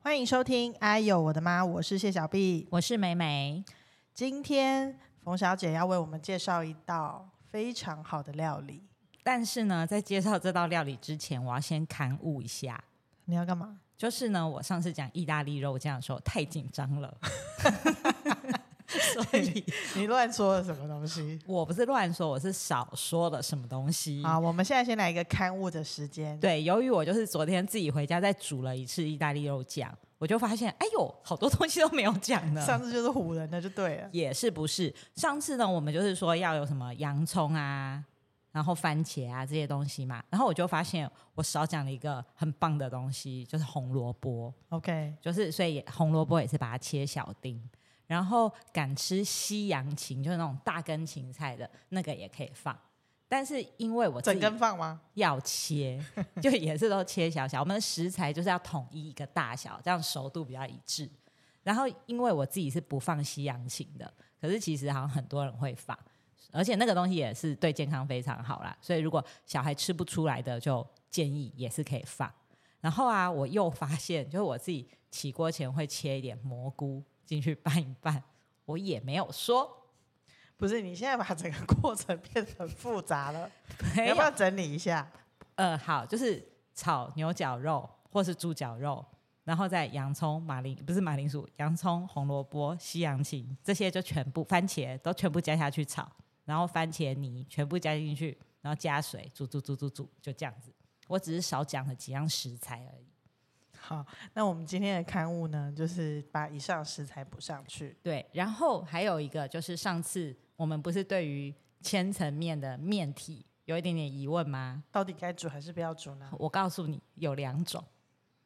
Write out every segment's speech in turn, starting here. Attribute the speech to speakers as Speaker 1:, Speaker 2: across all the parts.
Speaker 1: 欢迎收听《哎呦我的妈》，我是谢小碧。
Speaker 2: 我是美美，
Speaker 1: 今天冯小姐要为我们介绍一道非常好的料理。
Speaker 2: 但是呢，在介绍这道料理之前，我要先刊物一下。
Speaker 1: 你要干嘛？
Speaker 2: 就是呢，我上次讲意大利肉酱的时候太紧张了， 所以
Speaker 1: 你乱说了什么东西？
Speaker 2: 我不是乱说，我是少说了什么东西。
Speaker 1: 啊，我们现在先来一个刊物的时间。
Speaker 2: 对，由于我就是昨天自己回家再煮了一次意大利肉酱，我就发现，哎呦，好多东西都没有讲呢。
Speaker 1: 上次就是唬人的就对了。
Speaker 2: 也是不是？上次呢，我们就是说要有什么洋葱啊，然后番茄啊这些东西嘛。然后我就发现我少讲了一个很棒的东西，就是红萝卜。
Speaker 1: OK，
Speaker 2: 就是所以也红萝卜也是把它切小丁。然后敢吃西洋芹，就是那种大根芹菜的那个也可以放。但是因为我自
Speaker 1: 整
Speaker 2: 己
Speaker 1: 根放吗？
Speaker 2: 要切， 就也是都切小小。我们的食材就是要统一一个大小，这样熟度比较一致。然后因为我自己是不放西洋芹的，可是其实好像很多人会放，而且那个东西也是对健康非常好啦。所以如果小孩吃不出来的，就建议也是可以放。然后啊，我又发现，就是我自己起锅前会切一点蘑菇进去拌一拌，我也没有说
Speaker 1: 不是，你现在把整个过程变得很复杂了，你要
Speaker 2: 没有
Speaker 1: 不要整理一下？
Speaker 2: 呃，好，就是炒牛角肉或是猪脚肉，然后再洋葱、马铃不是马铃薯，洋葱、红萝卜、西洋芹这些就全部番茄都全部加下去炒，然后番茄泥全部加进去，然后加水煮煮煮煮煮，就这样子。我只是少讲了几样食材而已。
Speaker 1: 好，那我们今天的刊物呢，就是把以上食材补上去。
Speaker 2: 对，然后还有一个就是上次我们不是对于千层面的面体有一点点疑问吗？
Speaker 1: 到底该煮还是不要煮呢？
Speaker 2: 我告诉你，有两种。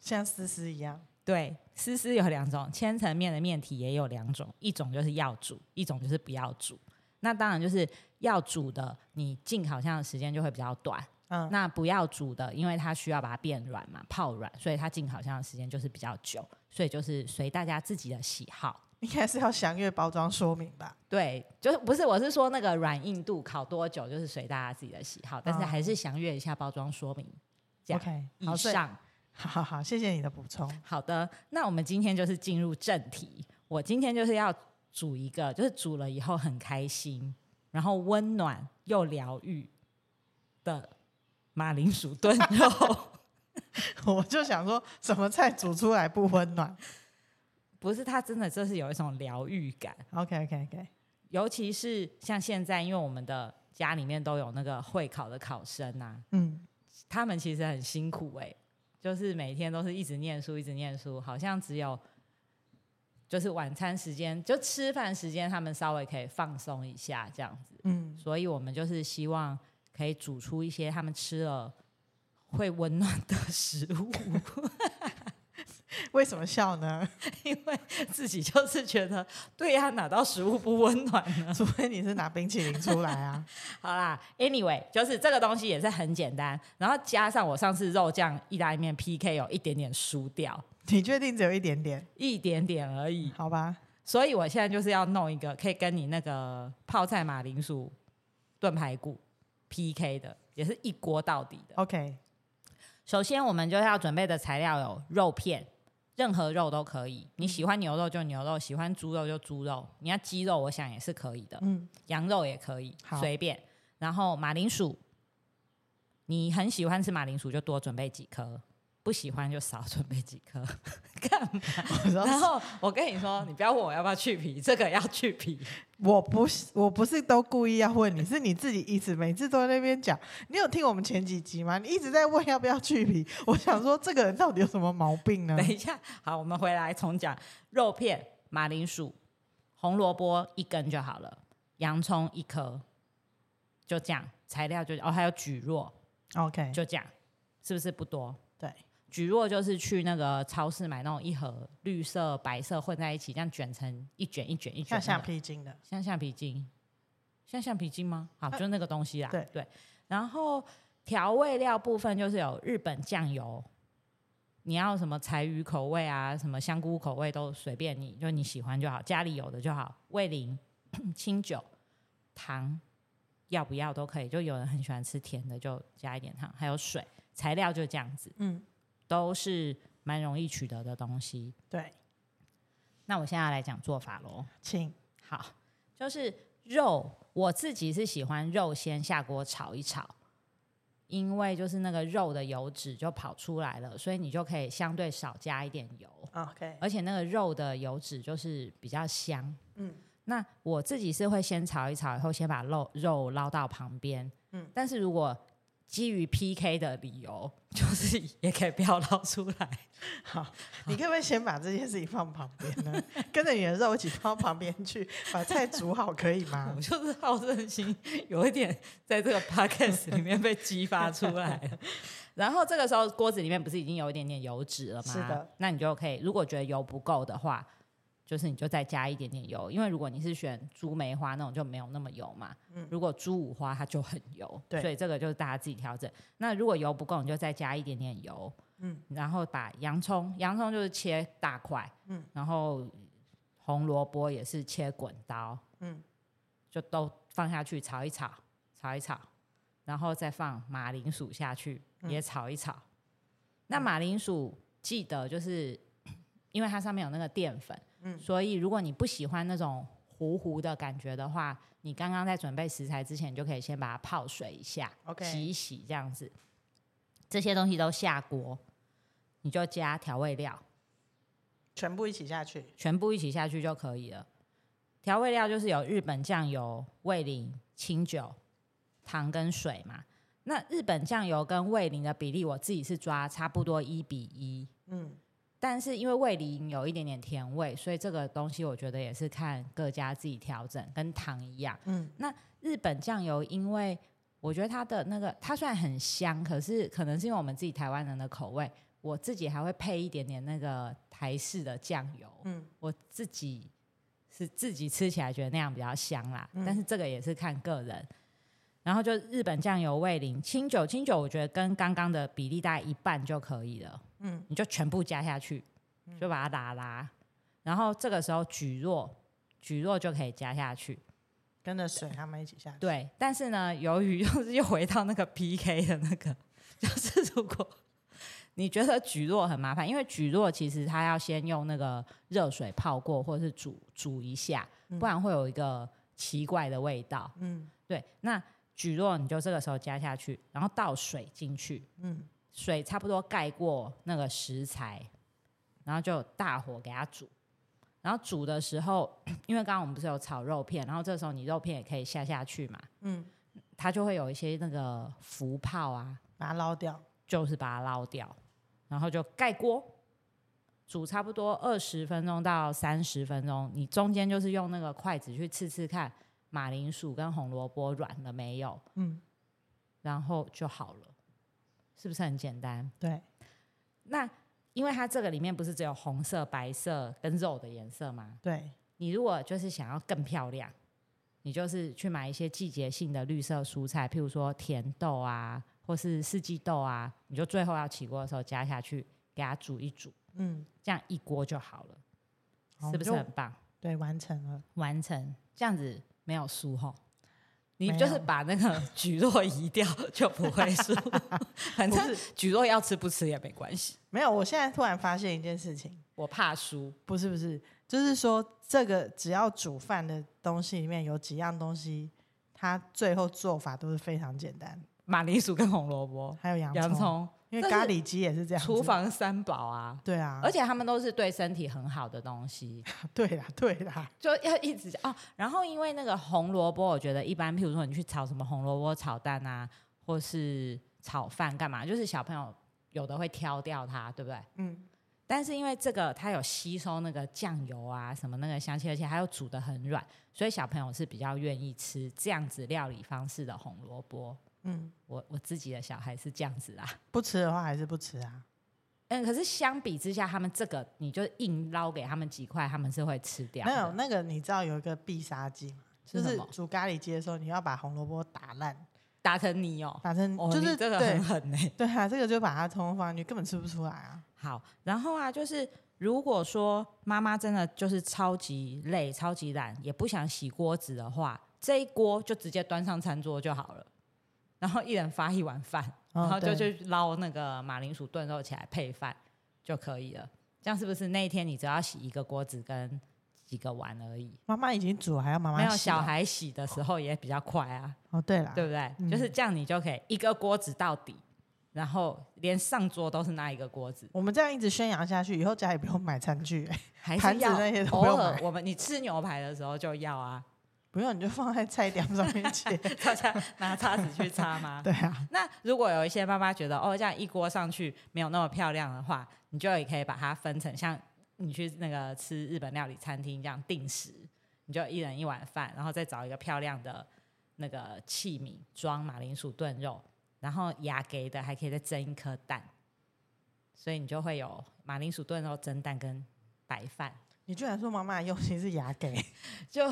Speaker 1: 像思思一样，
Speaker 2: 对，丝丝有两种，千层面的面体也有两种，一种就是要煮，一种就是不要煮。那当然就是要煮的，你进烤箱的时间就会比较短。
Speaker 1: 嗯，
Speaker 2: 那不要煮的，因为它需要把它变软嘛，泡软，所以它进烤箱的时间就是比较久。所以就是随大家自己的喜好。
Speaker 1: 应该是要详阅包装说明吧？
Speaker 2: 对，就是不是我是说那个软硬度烤多久，就是随大家自己的喜好，但是
Speaker 1: 哦
Speaker 2: 还是详阅一下包装说明。这样
Speaker 1: OK，好，
Speaker 2: 以
Speaker 1: 所以
Speaker 2: 上。
Speaker 1: 好 好好，谢谢你的补充。
Speaker 2: 好的，那我们今天就是进入正题。我今天就是要煮一个，就是煮了以后很开心，然后温暖又疗愈的马铃薯炖肉。
Speaker 1: 我就想说，什么菜煮出来不温暖
Speaker 2: 不是，它真的就是有一种疗愈感，
Speaker 1: ？OK OK OK，
Speaker 2: 尤其是像现在，因为我们的家里面都有那个会考的考生啊，
Speaker 1: 嗯，
Speaker 2: 他们其实很辛苦哎、就是每天都是一直念书，一直念书，好像只有就是晚餐时间，就吃饭时间，他们稍微可以放松一下这样子。
Speaker 1: 嗯，
Speaker 2: 所以我们就是希望可以煮出一些他们吃了会温暖的食物，
Speaker 1: 为什么笑呢？
Speaker 2: 因为自己就是觉得，对呀、哪到食物不温暖 呢？
Speaker 1: 除非你是拿冰淇淋出来 啊。
Speaker 2: 好啦，anyway，就是这个东西也是很简单，然后加上我上次肉酱意大利面 PK 有一点点输掉，
Speaker 1: 你确定只有一点点？
Speaker 2: 一点点而已。
Speaker 1: 好吧，
Speaker 2: 所以我现在就是要弄一个可以跟你那个泡菜马铃薯炖排骨 PK 的，也是一锅到底的。
Speaker 1: OK，
Speaker 2: 首先，我们就要准备的材料有肉片，任何肉都可以。你喜欢牛肉就牛肉，喜欢猪肉就猪肉，你要鸡肉，我想也是可以的，
Speaker 1: 嗯，
Speaker 2: 羊肉也可以
Speaker 1: 好，
Speaker 2: 随便。然后马铃薯，你很喜欢吃马铃薯就多准备几颗，不喜欢就少准备几颗。干嘛？
Speaker 1: 我
Speaker 2: 然
Speaker 1: 说
Speaker 2: 后我跟你说，你不要问我要不要去皮，这个要去皮。
Speaker 1: 我不是我不是都故意要问你，是你自己一直每次都在那边讲。你有听我们前几集吗？你一直在问要不要去皮，我想说这个人到底有什么毛病呢？
Speaker 2: 等一下，好，我们回来重讲肉片、马铃薯、红萝卜一根就好了，洋葱一颗，就这样，材料就哦，还有蒟蒻，
Speaker 1: OK，
Speaker 2: 就这样，是不是不多？
Speaker 1: 对，
Speaker 2: 蒟蒻就是去那个超市买那种一盒绿色、白色混在一起，这样卷成一卷一卷一卷
Speaker 1: 像橡
Speaker 2: 的，
Speaker 1: 皮筋的，
Speaker 2: 像橡皮筋，像橡皮筋吗？好，
Speaker 1: 啊
Speaker 2: 就是那个东西啦。
Speaker 1: 对
Speaker 2: 然后调味料部分就是有日本酱油，你要什么柴鱼口味啊，什么香菇口味都随便你，就你喜欢就好，家里有的就好。味淋、 清酒、糖，要不要都可以。就有人很喜欢吃甜的，就加一点糖，还有水。材料就这样子，
Speaker 1: 嗯，
Speaker 2: 都是蛮容易取得的东西。
Speaker 1: 对，
Speaker 2: 那我现在来讲做法喽。
Speaker 1: 请
Speaker 2: 好，就是肉，我自己是喜欢肉先下锅炒一炒，因为就是那个肉的油脂就跑出来了，所以你就可以相对少加一点油，
Speaker 1: OK，
Speaker 2: 而且那个肉的油脂就是比较香。
Speaker 1: 嗯，
Speaker 2: 那我自己是会先炒一炒，以后先把肉肉捞到旁边。
Speaker 1: 嗯
Speaker 2: 嗯，但是如果基于 PK 的理由，就是 也可以不要捞出来。
Speaker 1: 好，你可不可以先把这件事情放旁边 呢？跟着你的肉一起放到旁边去，把菜煮好可以 吗
Speaker 2: 我？就是好胜心有一点 在这个 podcast 里面被激发出来了。然后这个时候锅子里面不是已经有一点点油脂了吗？
Speaker 1: 是的，
Speaker 2: 那你就可以，如果觉得油不够的话，就是你就再加一点点油，因为如果你是选猪梅花那种就没有那么油嘛。
Speaker 1: 嗯
Speaker 2: 如果猪五花它就很油，
Speaker 1: 对
Speaker 2: 所以这个就是大家自己调整。那如果油不够，你就再加一点点油，
Speaker 1: 嗯，
Speaker 2: 然后把洋葱，洋葱就是切大块，
Speaker 1: 嗯
Speaker 2: 嗯，然后红萝卜也是切滚刀，
Speaker 1: 嗯，
Speaker 2: 就都放下去炒一炒，炒一炒，然后再放马铃薯下去
Speaker 1: 嗯
Speaker 2: 也炒一炒。那马铃薯记得就是 因为它上面有那个淀粉，
Speaker 1: 嗯
Speaker 2: 所以如果你不喜欢那种糊糊的感觉的话，你刚刚在准备食材之前，你就可以先把它泡水一下
Speaker 1: OK
Speaker 2: 洗一洗这样子。这些东西都下锅，你就加调味料，
Speaker 1: 全部一起下去。
Speaker 2: 全部一起下去就可以了。调味料就是有日本酱油、味淋、清酒、糖跟水嘛。那日本酱油跟味淋的比例，我自己是抓差不多一比一。
Speaker 1: 嗯，
Speaker 2: 但是因为味淋有一点点甜味，所以这个东西我觉得也是看各家自己调整，跟糖一样。
Speaker 1: 嗯，
Speaker 2: 那日本酱油，因为我觉得它的那个它虽然很香，可是可能是因为我们自己台湾人的口味，我自己还会配一点点那个台式的酱油。
Speaker 1: 嗯，
Speaker 2: 我自己是自己吃起来觉得那样比较香啦，
Speaker 1: 嗯
Speaker 2: 但是这个也是看个人。然后就日本酱油味淋、清酒，清酒我觉得跟刚刚的比例大概一半就可以了。
Speaker 1: 嗯，
Speaker 2: 你就全部加下去，就把它拉拉。然后这个时候蒟蒻，蒟蒻就可以加下去。
Speaker 1: 跟着水他们一起下去。，
Speaker 2: 对，但是呢，由于 又是又回到那个 PK 的那个，就是如果你觉得蒟蒻很麻烦，因为蒟蒻其实它要先用那个热水泡过，或者是煮煮一下，不然会有一个奇怪的味道。
Speaker 1: 嗯
Speaker 2: 对，那蒟蒻你就这个时候加下去，然后倒水进去，
Speaker 1: 嗯，
Speaker 2: 水差不多盖过那个食材，然后就大火给它煮。然后煮的时候， 因为刚刚我们不是有炒肉片，然后这时候你肉片也可以下下去嘛，
Speaker 1: 嗯，
Speaker 2: 它就会有一些那个浮泡啊，
Speaker 1: 把它捞掉。
Speaker 2: 就是把它捞掉，然后就盖锅煮差不多二十分钟到三十分钟，你中间就是用那个筷子去刺刺看马铃薯跟红萝卜软了没有，
Speaker 1: 嗯，
Speaker 2: 然后就好了，是不是很简单？
Speaker 1: 对，
Speaker 2: 那因为它这个里面不是只有红色、白色跟肉的颜色吗？
Speaker 1: 对，
Speaker 2: 你如果就是想要更漂亮，你就是去买一些季节性的绿色蔬菜，譬如说甜豆啊，或是四季豆啊，你就最后要起锅的时候加下去，给它煮一煮，
Speaker 1: 嗯，
Speaker 2: 这样一锅就好了，
Speaker 1: 好
Speaker 2: 是不是
Speaker 1: 就
Speaker 2: 很棒？
Speaker 1: 对，完成了。
Speaker 2: 哦完成这样子没有输吼。
Speaker 1: 没
Speaker 2: 你
Speaker 1: 有
Speaker 2: 就是把那 个蒟蒻移掉就不会 输，反
Speaker 1: 不
Speaker 2: 正
Speaker 1: 是，
Speaker 2: 蒟蒻要吃不吃也没关系。
Speaker 1: 没有。我现在突然发现一件事情，
Speaker 2: 我怕输，
Speaker 1: 不是不是，就是说这个只要煮饭的东西里面有几样东西，它最后做法都是非常简单，
Speaker 2: 马铃薯跟红萝卜、
Speaker 1: 还有洋
Speaker 2: 洋
Speaker 1: 葱，
Speaker 2: 葱，
Speaker 1: 因为
Speaker 2: 但
Speaker 1: 咖
Speaker 2: 是
Speaker 1: 喱鸡也是这样子。
Speaker 2: 厨房三宝啊，
Speaker 1: 对啊，
Speaker 2: 而且他们都是对身体很好的东西，
Speaker 1: 对
Speaker 2: 啊
Speaker 1: 啦对啦，
Speaker 2: 就要一直哦。然后因为那个红萝卜，我觉得一般，譬如说你去炒什么红萝卜炒蛋啊，或是炒饭干嘛，就是小朋友有的会挑掉它，对不对？
Speaker 1: 嗯，
Speaker 2: 但是因为这个它有吸收那个酱油啊什么那个香气，而且它又煮的很软，所以小朋友是比较愿意吃这样子料理方式的红萝卜。
Speaker 1: 嗯，
Speaker 2: 我我自己的小孩是这样子啦。
Speaker 1: 不吃的话还是不吃啊。
Speaker 2: 嗯，可是相比之下，他们这个你就硬捞给他们几块，他们是会吃掉
Speaker 1: 没有
Speaker 2: 的。
Speaker 1: 那个，你知道有一个必杀技吗？就是是
Speaker 2: 什么
Speaker 1: 煮咖喱鸡的时候，你要把红萝卜打烂，
Speaker 2: 打成泥哦，
Speaker 1: 打成
Speaker 2: 哦，
Speaker 1: 嗯就
Speaker 2: 你
Speaker 1: 是
Speaker 2: 这个
Speaker 1: 对
Speaker 2: 很狠呢、欸
Speaker 1: 对啊，这个就把它通通放进去，根本吃不出来啊。
Speaker 2: 好，然后啊，就是如果说妈妈真的就是超级累、超级懒，也不想洗锅子的话，这一锅就直接端上餐桌就好了。然后一人发一碗饭，
Speaker 1: 哦
Speaker 2: 然后就
Speaker 1: 对
Speaker 2: 去捞那个马铃薯炖肉起来配饭，就可以了。这样是不是那一天你只要洗一个锅子跟几个碗而已？
Speaker 1: 妈妈已经煮了，还要妈妈
Speaker 2: 没有
Speaker 1: 洗
Speaker 2: 小
Speaker 1: 哦
Speaker 2: 孩洗的时候也比较快啊，
Speaker 1: 哦，对啦，
Speaker 2: 对不对？
Speaker 1: 嗯
Speaker 2: 就是这样，你就可以一个锅子到底，然后连上桌都是那一个锅子，
Speaker 1: 我们这样一直宣扬下去，以后家里不用买餐具、哎
Speaker 2: 还是
Speaker 1: 盘子
Speaker 2: 要
Speaker 1: 那些都
Speaker 2: 偶
Speaker 1: 不用
Speaker 2: 尔
Speaker 1: 买
Speaker 2: 我们你吃牛排的时候就要啊，
Speaker 1: 不用你就放在菜单上面切。
Speaker 2: 大家拿叉子去擦吗？
Speaker 1: 对啊，
Speaker 2: 那如果有一些妈妈觉得哦，这样一锅上去没有那么漂亮的话，你就也可以把它分成像你去那个吃日本料理餐厅这样定时，你就一人一碗饭，然后再找一个漂亮的那个器皿装马铃薯炖肉，然后牙给的还可以再蒸一颗蛋，所以你就会有马铃薯炖肉、蒸蛋跟白饭。
Speaker 1: 你居然说妈妈的用心是牙给，
Speaker 2: 就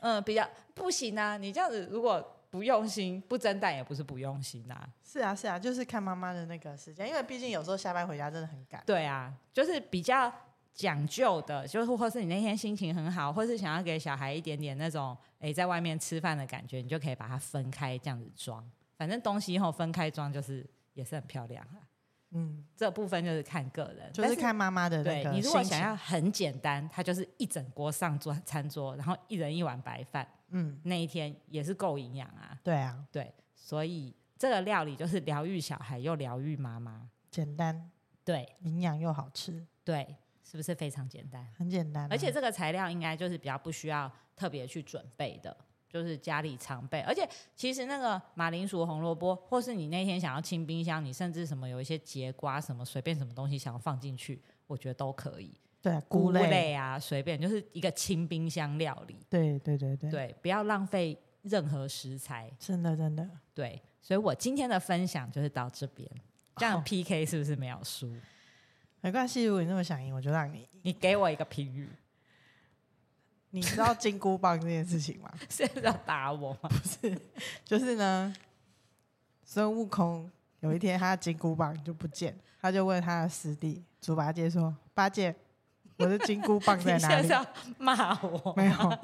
Speaker 2: 嗯比较不行啊，你这样子如果不用心不蒸蛋也不是不用心啊，
Speaker 1: 是啊是啊，就是看妈妈的那个时间，因为毕竟有时候下班回家真的很赶。
Speaker 2: 对啊，就是比较讲究的，就是或是你那天心情很好，或是想要给小孩一点点那种诶在外面吃饭的感觉，你就可以把它分开这样子装，反正东西以后分开装就是也是很漂亮啊。
Speaker 1: 嗯，
Speaker 2: 这部分就是看个人，
Speaker 1: 就
Speaker 2: 但
Speaker 1: 是看妈妈的那
Speaker 2: 对
Speaker 1: 个
Speaker 2: 你如果
Speaker 1: 心情
Speaker 2: 想要很简单，它就是一整锅上桌餐桌，然后一人一碗白饭，
Speaker 1: 嗯，
Speaker 2: 那一天也是够营养啊。
Speaker 1: 对啊，
Speaker 2: 对，所以这个料理就是疗愈小孩又疗愈妈妈。
Speaker 1: 简单、
Speaker 2: 对
Speaker 1: 营养又好吃，
Speaker 2: 对，是不是非常简单？
Speaker 1: 很简单啊、
Speaker 2: 而且这个材料应该就是比较不需要特别去准备的，就是家里常备。而且其实那个马铃薯、红萝卜，或是你那天想要清冰箱，你甚至什么有一些节瓜什么，随便什么东西想要放进去，我觉得都可以。
Speaker 1: 对啊菇类，
Speaker 2: 类啊，随便就是一个清冰箱料理。
Speaker 1: 对对对对，
Speaker 2: 对，不要浪费任何食材。
Speaker 1: 真的真的。
Speaker 2: 对，所以我今天的分享就是到这边。这样
Speaker 1: 好
Speaker 2: PK 是不是没有输？
Speaker 1: 没关系，如果你那么想赢，我就让你赢。
Speaker 2: 你给我一个评语，
Speaker 1: 你知道金箍棒这件事情吗？
Speaker 2: 是要打我吗？
Speaker 1: 就是呢，孙悟空有一天他的金箍棒就不见了，他就问他的师弟猪八戒说：“八戒，我的金箍棒
Speaker 2: 你
Speaker 1: 在
Speaker 2: 现
Speaker 1: 哪
Speaker 2: 在
Speaker 1: 里
Speaker 2: 是要骂我？”？
Speaker 1: 没有，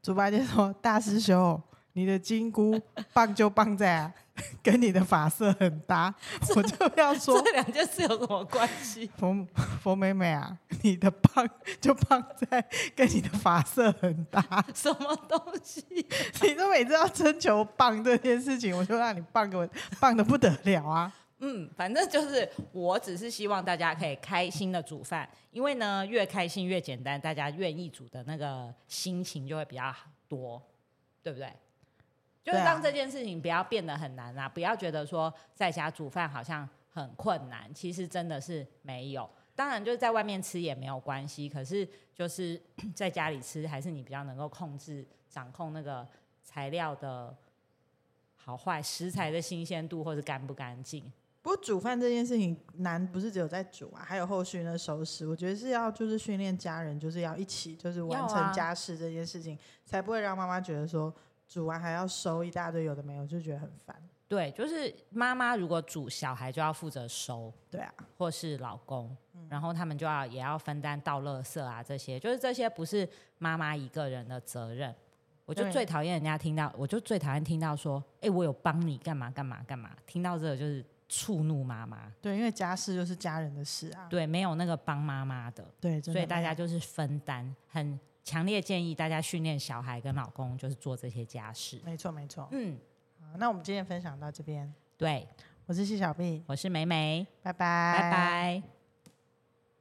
Speaker 1: 猪八戒说：“大师兄，你的金箍棒就棒在啊，跟你的发色很搭。”我就要说
Speaker 2: 这两件事有什么关系？
Speaker 1: 冯冯美美啊， 你的棒就棒在跟你的发色很搭。
Speaker 2: 什么东西？
Speaker 1: 你都每次要征求棒这件事情，我就让你棒给我棒的不得了啊！
Speaker 2: 嗯，反正就是，我只是希望大家可以开心的煮饭，因为呢，越开心越简单，大家愿意煮的那个心情就会比较多，对不对？就是
Speaker 1: 对啊
Speaker 2: 让这件事情不要变得很难啊，不要觉得说在家煮饭好像很困难，其实真的是没有。当然，就是在外面吃也没有关系，可是就是在家里吃，还是你比较能够控制、掌控那个材料的好坏、食材的新鲜度或是干不干净。
Speaker 1: 不过煮饭这件事情难，不是只有在煮啊，还有后续呢收拾。我觉得是要就是训练家人，就是要一起就是完
Speaker 2: 要
Speaker 1: 成
Speaker 2: 啊
Speaker 1: 家事这件事情，才不会让妈妈觉得说煮完还要收一大堆有的没有，就觉得很烦。
Speaker 2: 对，就是妈妈如果煮，小孩就要负责收，
Speaker 1: 对啊，
Speaker 2: 或是老公，
Speaker 1: 嗯
Speaker 2: 然后他们就要也要分担倒垃圾啊这些，就是这些不是妈妈一个人的责任。我就
Speaker 1: 对
Speaker 2: 最讨厌人家听到，我就最讨厌听到说，哎、我有帮你干嘛干嘛干嘛，听到这个就是触怒妈妈，
Speaker 1: 对，因为家事就是家人的事啊。
Speaker 2: 对，没有那个帮妈妈的，
Speaker 1: 对，真
Speaker 2: 所
Speaker 1: 的
Speaker 2: 以大家就是分担，很强烈建议大家训练小孩跟老公就是做这些家事。
Speaker 1: 没错没错。
Speaker 2: 嗯，
Speaker 1: 好，那我们今天分享到这边，
Speaker 2: 对，
Speaker 1: 我是谢小碧，
Speaker 2: 我是美美，
Speaker 1: 拜拜
Speaker 2: 拜拜